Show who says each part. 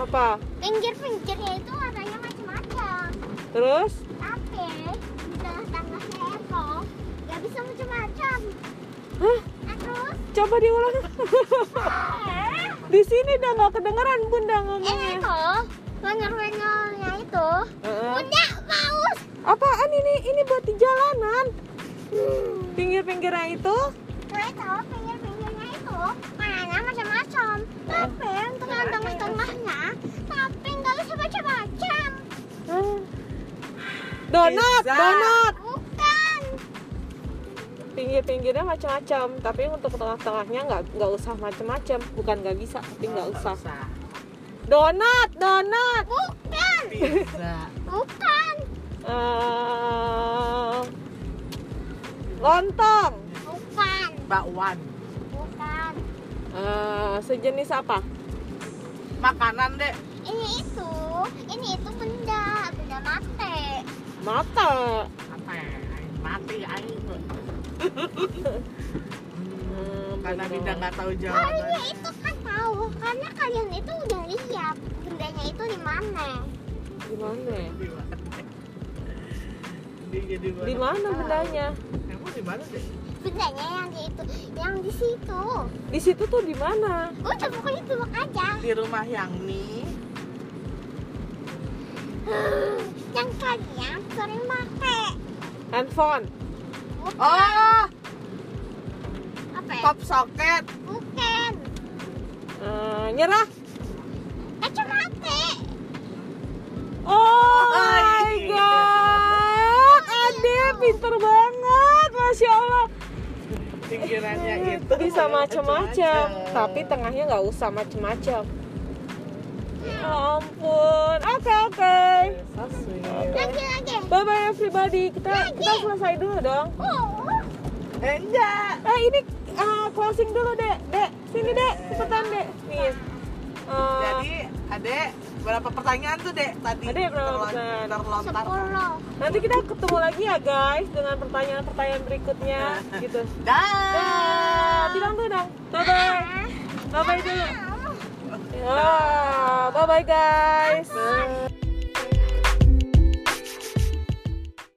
Speaker 1: apa?
Speaker 2: pinggir-pinggirnya itu warnanya macam-macam
Speaker 1: Terus?
Speaker 2: tapi di tengah-tengahnya Eko nggak bisa macam-macam
Speaker 1: Hah?
Speaker 2: nah, terus
Speaker 1: Coba diulang.
Speaker 2: eh,
Speaker 1: Di sini dah nggak kedengeran bunda ngomongnya.
Speaker 2: Eko lenyer-lenyernya itu
Speaker 1: Heeh.
Speaker 2: punya paus
Speaker 1: Apaan ini? Ini buat di jalanan. Pinggir-pinggirnya itu?
Speaker 2: gue tahu pinggir-pinggirnya itu warnanya macam-macam tapi yang tengah-tengah-tengahnya tapi nggak bisa macam-macam
Speaker 1: Ah. Donat,
Speaker 3: Pizza.
Speaker 1: donat.
Speaker 2: bukan
Speaker 1: Pinggir-pinggirnya macam-macam, tapi untuk tengah-tengahnya nggak nggak usah macam-macam. Bukan nggak bisa, tapi nggak usah. Donat, donat.
Speaker 2: bukan
Speaker 3: Pizza.
Speaker 2: bukan
Speaker 1: Eh, lontong.
Speaker 2: bukan
Speaker 3: Bakwan.
Speaker 2: bukan
Speaker 1: Eh, sejenis apa?
Speaker 3: Makanan deh.
Speaker 2: ini itu ini itu benda benda mate
Speaker 1: Mata.
Speaker 3: Apa ya? Aing Mati aing.
Speaker 1: Hmm,
Speaker 3: Karena
Speaker 1: betul.
Speaker 3: Dinda nggak tahu
Speaker 2: harusnya
Speaker 3: jawaban.
Speaker 2: itu kan tahu karena kalian itu udah lihat bendanya itu di mana
Speaker 1: Gimana ya?
Speaker 3: Di mana? Di- di mana?
Speaker 1: Di mana bendanya?
Speaker 3: Emang di mana deh?
Speaker 2: bendanya yang di itu yang di situ
Speaker 1: Di situ tuh di mana?
Speaker 2: udah pokoknya tebak aja
Speaker 3: Di rumah yang nih.
Speaker 2: yang kalian sering pakai
Speaker 1: Handphone.
Speaker 2: bukan
Speaker 3: Oh,
Speaker 2: apa ya?
Speaker 3: pop socket.
Speaker 2: bukan
Speaker 1: Eh, nyerah.
Speaker 2: Eh, kacamata
Speaker 1: Oh my
Speaker 3: Ay.
Speaker 1: god, Ade pinter banget, masya Allah. Hmm,
Speaker 3: Pinggirannya
Speaker 1: Iya,
Speaker 3: itu.
Speaker 1: Bisa macam-macam,
Speaker 3: macam-macam.
Speaker 1: tapi tengahnya nggak usah macam-macam. Ya ampun, oke oke.
Speaker 3: So sweet.
Speaker 2: lagi lagi
Speaker 1: Bye bye everybody, kita
Speaker 2: Lagi.
Speaker 1: kita selesai dulu dong.
Speaker 2: oh
Speaker 3: Eh, enggak.
Speaker 1: Eh ini eh, closing dulu dek, dek sini dek, cepetan dek. Nih. Eh,
Speaker 3: Jadi, adek berapa pertanyaan tuh dek tadi?
Speaker 1: Adek, berapa
Speaker 3: Terlon-
Speaker 1: pertanyaan?
Speaker 3: Terlontar.
Speaker 2: sepuluh
Speaker 1: nanti kita ketemu lagi ya guys dengan pertanyaan-pertanyaan berikutnya gitu. Dah,
Speaker 3: Dah.
Speaker 1: bilang dulu dong. Bye bye. Bye bye dulu.
Speaker 2: Ah.
Speaker 1: Ya, bye bye guys.
Speaker 3: Dah.